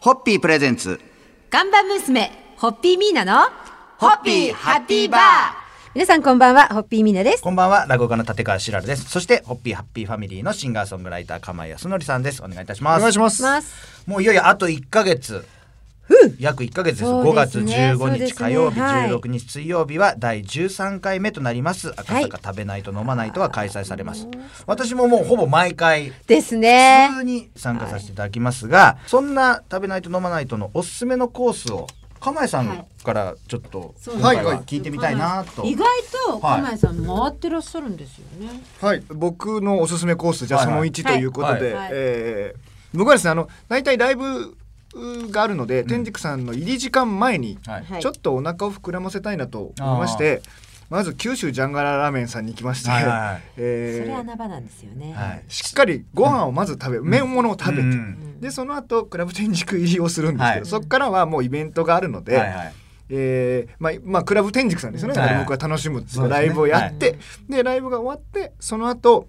ホッピープレゼンツ。看板娘、ホッピーミーナの、ホッピーハッピーバー皆さんこんばんは、ホッピーミーナです。こんばんは、落語家の立川しらるです。そして、ホッピーハッピーファミリーのシンガーソングライター、釜井康則さんです。お願いいたします。お願いしますますもういよいよあと1ヶ月。約1ヶ月です。そう5で月すねそう15です日ね火曜日、はい16日水曜日は第13回目となります。赤坂食べないと飲まないとは開催されます。私ももうほぼ毎回、ですね。普通に参加させていただきますが、そんな食べないと飲まないとのおすすめのコースを、釜井さんからちょっと今回は聞いてみたいなと。意外と、はい釜井さん回ってらっしゃるんですよね。はい、僕のおすすめコースじゃあはいそはいの1ということで、はいえー僕はですねあの大体ライブがあるので、天竺さんの入り時間前にはいはいちょっとお腹を膨らませたいなと思いまして、まず九州ジャンガララーメンさんに行きまして、はいはいはい えーそれ穴場なんですよね。はいしっかりご飯をまず食べ、麺物を食べて、うんでその後クラブ天竺入りをするんですけど、はいそこからはもうイベントがあるので、はいはいえーまあまあ、クラブ天竺さんですよね、はいはい僕は楽しむそうですねライブをやって、でライブが終わってその後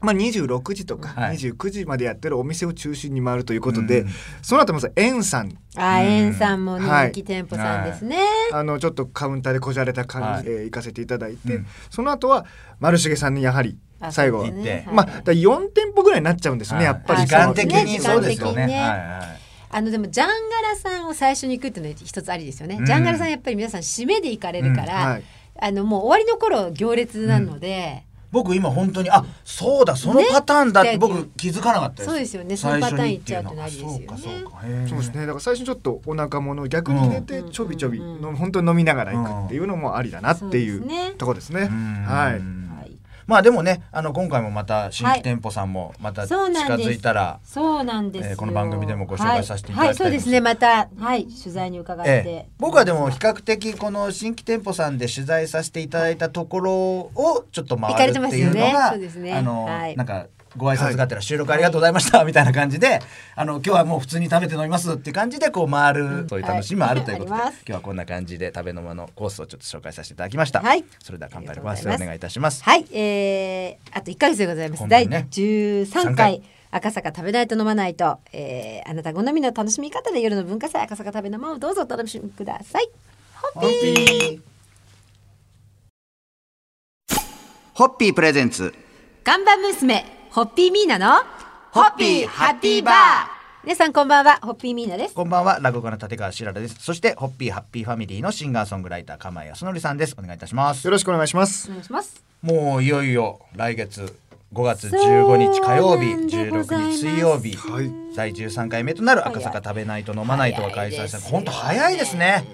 まあ26時とかはい29時までやってるお店を中心に回るということで、うんその後まず円さんあー、エンさんもねはい人気店舗さんですね。あのちょっとカウンターでこじゃれた感じで、えー行かせていただいて、うんその後は丸重さんにやはりあ最後はそうですね行ってまあだから4店舗ぐらいになっちゃうんですよね、やっぱり時間的そうにですねそうです時よね。間的にねはいはいあのでもジャンガラさんを最初に行くっていうのは一つありですよね、うんジャンガラさんやっぱり皆さん締めで行かれるから、うんはいあのもう終わりの頃行列なので、僕今本当にあそうだそのパターンだってね僕気づかなかったです。そうですよね最初そのパターンにいっちゃうとなりですよねっていうのがそうかそうか。へーそうですねだから最初にちょっとお腹もの逆に寝てうんちょびちょびうんうんうの本当に飲みながら行くっていうのもありだなっていそうですねうとこですね。うんはいはいまあでもねあの今回もまた新規店舗さんもまた近そうなんですづいたら、そうなんですよ、えーこの番組でもご紹介させていはただきたいですい、はい、そうですねまたはい取材に伺って、ええ、僕はでも比較的この新規店舗さんで取材させていただいたところをちょっと行かれ回るてっますていうよのねが、そうですねあの、はいなんかご挨拶があったら収録ありがとうございました、みたいな感じであの今日はもう普通に食べて飲みますって感じでこう回るという楽しみもあるということで、はいあります今日はこんな感じで食べ飲まのコースをちょっと紹介させていただきました、はいそれでは乾杯のあごりがとう挨ございま拶すお願いいたしますはい、えー、あと1ヶ月でございます。本当第にね13 13回回赤坂食べないと飲まないと、えー、あなた好みの楽しみ方で夜の文化祭赤坂食べ飲まをどうぞお楽しみください。ホッピーホッピープレゼンツ。看板娘ホッピーミーナのホッピーハッピーバー皆さんこんばんはホッピーミーナです。こんばんは落語家の立川しららですそしてホッピーハッピーファミリーのシンガーソングライター釜井康則さんですお願いいたしますよろしくお願いしますお。願いします。もういよいよ来月5月15日火曜日そうなんでござい16ま日す水曜日、はい第13回目となる赤坂食べないと飲まないとは開催され本当早いですね。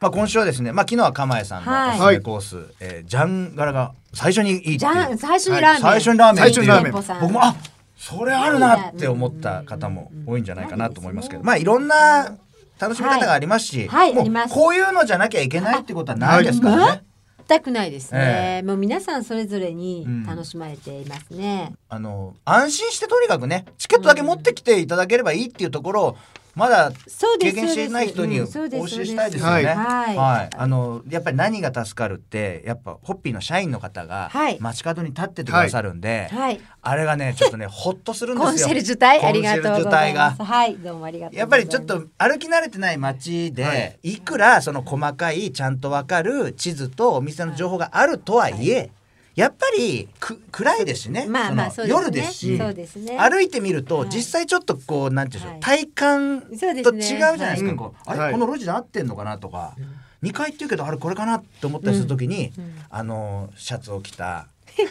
まあ今週はですね、まあ昨日は釜江さんのおすすめコース、えージャンガラが最初にいいってじいうゃん最初にラーメン、最初にラーメンっていう最初にラーメ店ン舗さん僕もあそれあるなって思った方も多いんじゃないかなと思いますけどまあいろんな楽しみ方がありますし、はいはいもありうますこういうのじゃなきゃいけないってことはないですからね。全くないですね、えもう皆さんそれぞれに楽しまれていますね。あの安心してとにかくねチケットだけ持ってきていただければいいっていうところをまだそうで経す験していない人にうおんそう教ですえしたいですよそうね。ですはいはいあのやっぱり何が助かるってやっぱホッピーの社員の方がはい街角に立っててくださるんで、はい。あれがねちょっとねほっとするんですコよ。ンシェルジュ隊ありがとうございコンシェルジュ隊まがす。はい、どうもありがとうございます。やっぱりちょっと歩き慣れてない街で、い、くらその細かいちゃんとわかる地図とお店の情報があるとはいえ、やっぱりく暗いですしね、まあまあそそうのですね。夜ですしそうですね。歩いてみると、はい実際ちょっとこうなんていうんでしょう、はい体感とそう違うでじすゃねないですはいかこうあうんれ、はいこの路地で合ってんのかなとか、2階っていうけどあれこれかなと思ったりするときに、あのシャツを着た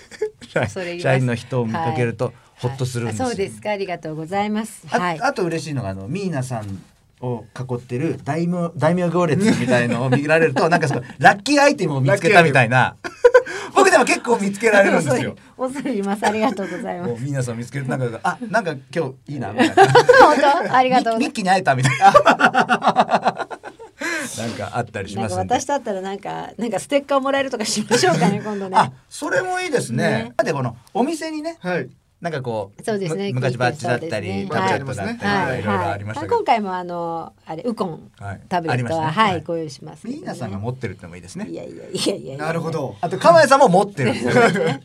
それ言います社員の人を見かけると、ほっとするんですよ、あそうですか。ありがとうございます。あ,、はい。あと嬉しいのがあのミーナさんを囲ってる大名大名行列みたいのを見られるとなんかそのラッキーアイテムを見つけたみたいな僕でも結構見つけられる んですよ。恐れ入ります。ありがとうございまもすう。ミーナさん見つけるなんかあなんか今 日いいなみたいな本当ありがとうござミいッまキーに会えたみたいな なんかあったりす。しなんまかすんで私だったらなんかなんかステッカーもらえるとかしましょうかね今度ね。あそれもいいですねねだってこのお店にねはい、なんかこうそうですねむ昔バッジだったそり、うですねタブレットだったり、はいい、ろいろありましたはけいど、今回もあのあれウコンはいタブレットありはましたねははいいご用意します。ミーナさんが持ってるってのもいいですねいやいやいやいやいや。なるほ。ど。あと釜谷さんも持ってるんですよね。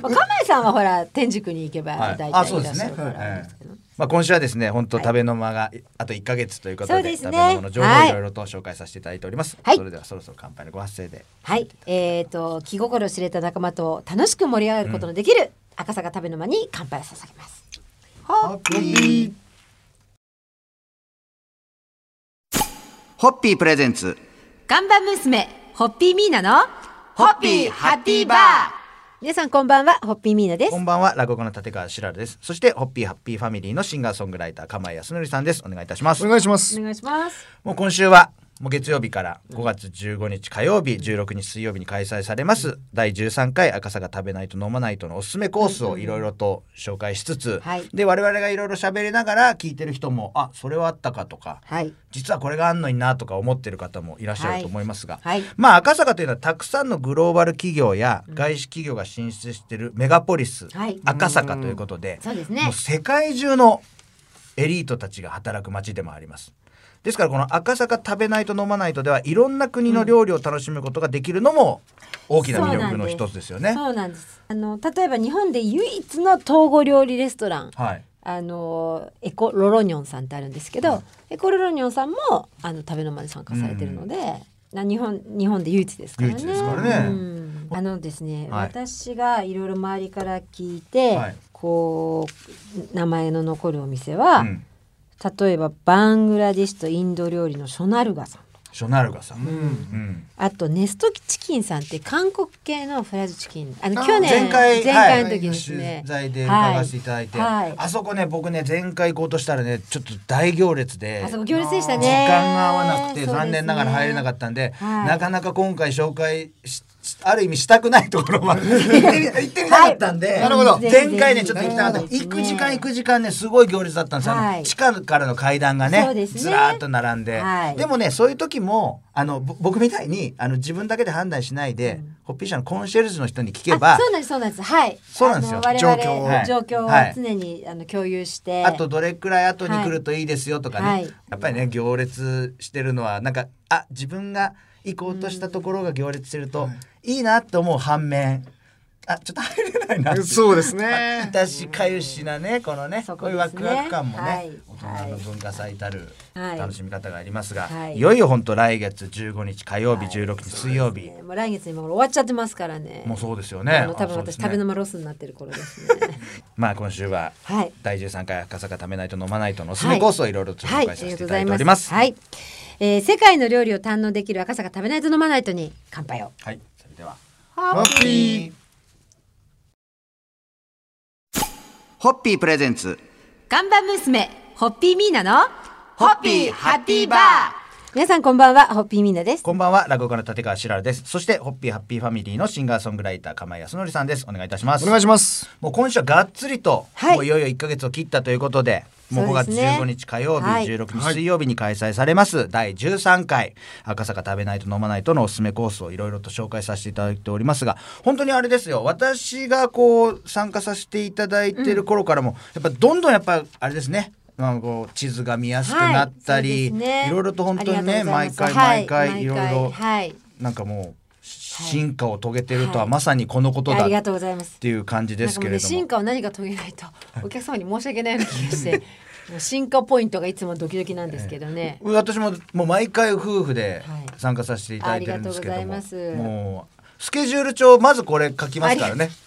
まあ、亀井さんはほら天竺に行けばは大い体いらあっしそうでゃすねるからあれですけど。 まあ今週はですね、本当食べの間があと1ヶ月ということそで、うですね食べの間の情報をはいいろいろと紹介させていただいております。はいそれではそろそろ乾杯のご発声で。はい、えっ、と気心知れた仲間と楽しく盛り上がることのできる、赤坂食べの間に乾杯を捧げます。ホッピー。ホッピープレゼンツ。看板娘ホッピーミーナのホッピーハッピーバー皆さんこんばんはホッピーミーナですこ。んばんは、落語家の立川しらるです。そしてホッピーハッピーファミリーのシンガーソングライター釜井康則さんです。お願いいたしますお。願いしますお願いします。もう今週はもう月曜日から5月15日火曜日、16日水曜日に開催されます第13回赤坂食べないと飲まないとのおすすめコースをいろいろと紹介しつつ、はいで我々がいろいろ喋りながら聞いてる人もあそれはあったかとか、はい実はこれがあんのになとか思ってる方もいらっしゃると思いますが、はいはいまあ赤坂というのはたくさんのグローバル企業や外資企業が進出しているメガポリス、はい赤坂ということで、そうですねもう世界中のエリートたちが働く街でもあります。ですからこの赤坂食べないと飲まないとではいろんな国の料理を楽しむことができるのも大きな魅力の一つですよね。そうなんです。あの例えば日本で唯一の統合料理レストラン、はい。あのエコロロニョンさんってあるんですけど、エコロロニョンさんもあの食べの間で参加されてるので、な日本日本で唯一ですからね。唯一ですからねうんあのですね、はい私がいろいろ周りから聞いて、はいこう名前の残るお店は、うん例えばバングラディッシュとインド料理のショナルガさん。ショナルガさん。うんうん。あとネストチキンさんって韓国系のフライドチキンあのあー去年前回前回の時ですはいね、取材で伺わせていただいて、はいはいあそこね僕ね前回行こうとしたらねちょっと大行列であそこ行列でしたね時間が合わなそうくてですね残念ながら入れなかったんで、はいなかなか今回紹介ししある意味したくないところま で行ってみ行ってみたかったんで、はいなるほど前回ねちょっと行きたかったそうですね行く時間行く時間ねすごい行列だったんですよ、あはのい地下からの階段がそうねですねずらーっと並んで、はいでもねそういう時もあのぼ僕みたいにあの自分だけで判断しないで、ホッピー社のコンシェルジュの人に聞けばあそうなんですそうなんですはいそうなんですよあの我々状況をはい状況はいを常に、あの共有してあとどれくらい後に来るといいですよとかね、はいやっぱりね行列してるのはなんかあ自分が行こうとしたところが行列してるといいなと思う反面あちょっと入れないなってそうですね 私かゆしなねこのねそここうですいうねワクワク感もね、はい大人の文化祭たるはい楽しみ方がありますが、、はいいよいよ本当来月15日火曜日16日水曜日、ねもう来月にもう終わっちゃってますからねもううそうですよねあの多分あそうで私、すね食べの間ロスになってる頃です ねまあ今週ははい第13回赤坂食べないと飲まないとのおすすめコースをいろいろとは紹いあ介さりがせてとごいうただざいいておまりすます。はい、えー、世界の料理を堪能できる赤坂食べないと飲まないとに乾杯をはい、それでは。ハッピーホッピープレゼンツ。看板娘ホッピーミーナのホッピーハッピーバー皆さんこんばんはホッピーミーナですこんばんは、落語家の立川しらるです。そして、ホッピーハッピーファミリーのシンガーソングライター、釜井康則さんです。お願いいたします。お願いしますもう今週はがっつりと、はいもういよいよ1ヶ月を切ったということで、もう5そう月ですね15日火曜日、はい16日水曜日に開催されます、第13回、赤坂食べないと飲まないとのおすすめコースをいろいろと紹介させていただいておりますが、本当にあれですよ、私がこう、参加させていただいてる頃からも、やっぱどんどんやっぱ、あれですね、まあ、こう地図が見やすくなったり、そうですねいろいろと本当にねありがとうござい毎ます回は毎回いろいろ、はいなんかもう進化を遂げてるとはまさにこのことだありがっとうございますていう感じですなけれんかどもうね進。も化を何か遂げないとお客様に申し訳ないような気がして もう進化ポイントがいつもドキドキなんですけどね、私ももう毎回夫婦ではい参加させていただいてるんですけどあも、りがとうございますもうスケジュール帳まずこれ書きますからね。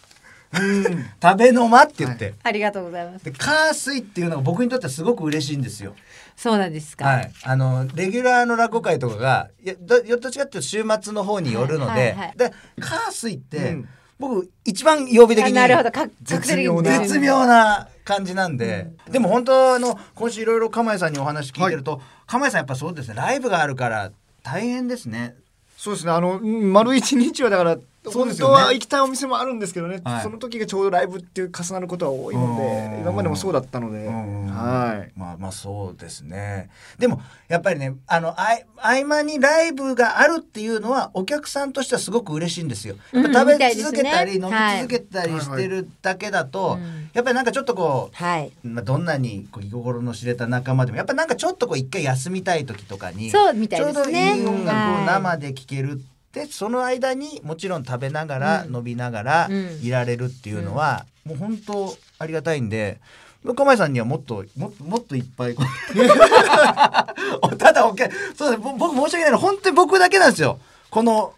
食べの間って言って、ありがとうございますで火水っていうのが僕にとってはすごく嬉しいんですよ。そうなんですか、はい、あのレギュラーの落語会とかがいやどよっと違って週末の方によるので、はいはいはいで火水って、うん僕一番曜日的あになるほどか絶妙な絶妙な感じなんで、でも本当あの今週いろいろ釜井さんにお話聞いてると、釜井さんやっぱそうですねライブがあるから大変ですね。そうですねあのうん丸一日はだからそう本ですよ当ねは行きたいお店もあるんですけどね、はいその時がちょうどライブっていう重なることは多いのうでん今までもそうだったので、うんはいまあまあそうですね。でもやっぱりねあのあい合間にライブがあるっていうのはお客さんとしてはすごく嬉しいんですよ。やっぱうんうんみたい食べです続ねけたり、飲みはい続けたりしてるだけだと、やっぱりなんかちょっとこう。はいまあ、どんなにこう気心の知れた仲間でもやっぱなんかちょっとこう一回休みたい時とかにそうみたいですねちょうどいい音楽はをい生で聴けるって、その間にもちろん食べながら、飲みながらうんいられるっていうのは、もう本当ありがたいんで向前さんにはもっとももっといっぱいこう ただおけそうですぼ僕申し訳ないの本当に僕だけなんですよこの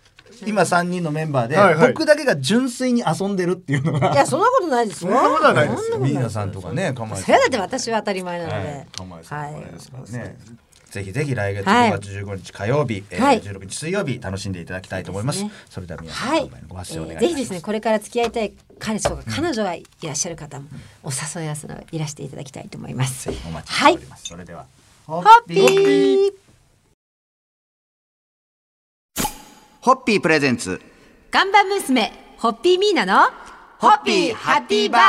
今3人のメンバーで、はいはい僕だけが純粋に遊んでるっていうのがいやそんなことないですそんなことはないですよそんなことミーナさんとかねかまそれはだって私は当たり前なので。釜井はさんいのおかげですからね。ぜひぜひ来月はい5月15日火曜日、えーはい16日水曜日楽しんでいただきたいと思います。そうですそれでは皆さん、ははいい、ご発声をお願いえいーたしぜまひす。ですねこれから付き合いたい彼氏とか彼女がいらっしゃる方もお誘い合わせのいらしていただきたいと思います。ぜひお待ちしはていおります。それでは。ホホッピーホッピープレゼンツガンバ娘ホッピーミーナのホッピーハッピーバー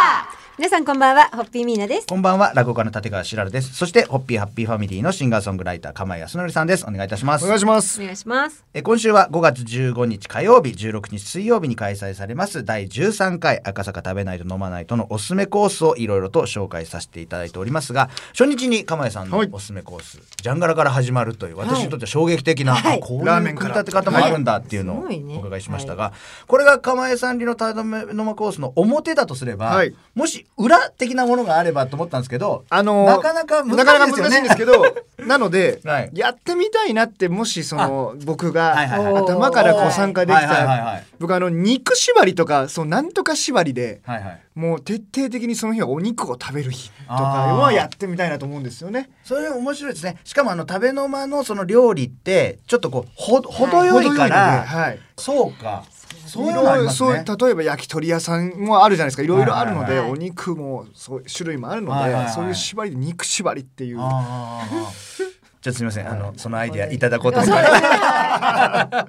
皆さんこんばんはホッピーミーナです。こんばんは、落語家の立川しらるです。そして、ホッピーハッピーファミリーのシンガーソングライター、釜井康則さんです。お願いいたしますお。願いしますお願いします。えー今週は5月15日火曜日16日水曜日に開催されます第13回赤坂食べないと飲まないとのおすすめコースをいろいろと紹介させていただいておりますが初日に釜井さんのはいおすすめコース、ジャンガラから始まるという私にとっては衝撃的な、はいあこういうラー組メンみから立て方もあるんだっていうのをはいすごいねお伺いしましたが、これが釜井さん流の食べ飲まコースの表だとすれば、はいもし裏的なものがあればと思ったんですけど、あのーなかなかなかな難しいですかよ難しいねんですけど なので、はいやってみたいなってもしその僕が、はいはいはい頭からこう参加できたら、はいはいはいはい僕あの肉縛りとかそのなんとか縛りではいはいもう徹底的にその日はお肉を食べる日とかはやってみたいなと思うんですよね。それ面白いですねしかもあの食べの間のその料理ってちょっとこうほ程よいから、はいそうかそういういのがあろいりろますそうね例えば焼き鳥屋さんもあるじゃないですかいろいろあるのはいで、はいはいお肉もそう種類もあるので、はいはいはいそういう縛りで肉縛りっていうあーあーあーちょっとすみませんあのそのアイディアいただこうとそう思でいすますね。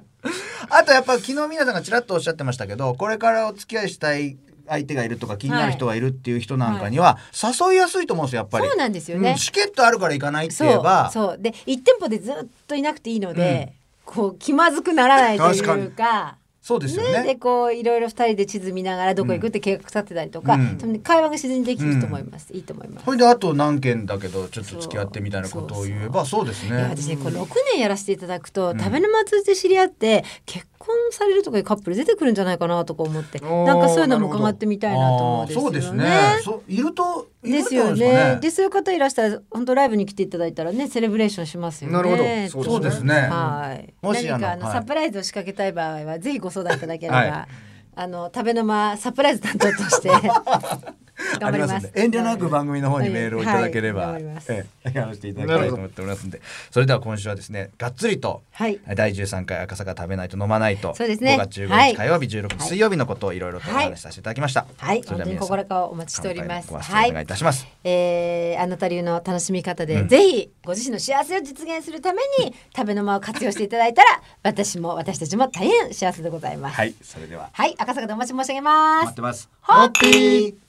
あとやっぱ昨日皆さんがちらっとおっしゃってましたけどこれからお付き合いしたい相手がいるとか気になる人がいるっていう人なんかには誘いやすいと思うんですよやっぱりそうなんですよねうんチケットあるから行かないってそ言えうばそうで一店舗でずっといなくていいので、こう気まずくならないというか確そうですよねねでこういろいろ二人で地図見ながらどこ行くって計画立てたりとか、うん多分ね会話が自然にできると思います、いいと思います。ほいであと何件だけどちょっと付き合ってみたいなことを言えばそうですいやね私ね、こう6年やらせていただくと、食べ沼通じて知り合って結婚されるとかいうカップル出てくるんじゃないかなとか思っておーなんかそういうのも伺ってみたいなと思うんですよあーね。そうですね。そういるといでるすと思うよんね。ででそういう方いらしたら本当ライブに来ていただいたらねセレブレーションしますよね。なるほどそうですねはい。もしあ何のかあの、はいサプライズを仕掛けたい場合はぜひご相談いただければ、はいあの食べの間サプライズ担当と してあ頑張りますんで。遠慮なく番組の方にメールをいただければ、はい頑張りますええやらせていただきたいと思っておりますんで、それでは今週はですね、がっつりと、はい第13回赤坂食べないと飲まないと、そうですね5月は15い日火曜日、16日水曜日のことをいろいろとおはい話しさせていただきました。はい、そ本当れでには皆さん心からお待ちしております。は乾杯ご発声お願いいたします。えーあなた流の楽しみ方で、ぜひご自身の幸せを実現するために食べの間を活用していただいたら、私も私たちも大変幸せでございます。はい、それでははい、赤坂でお待ち申し上げます待っ。てます。ホッピー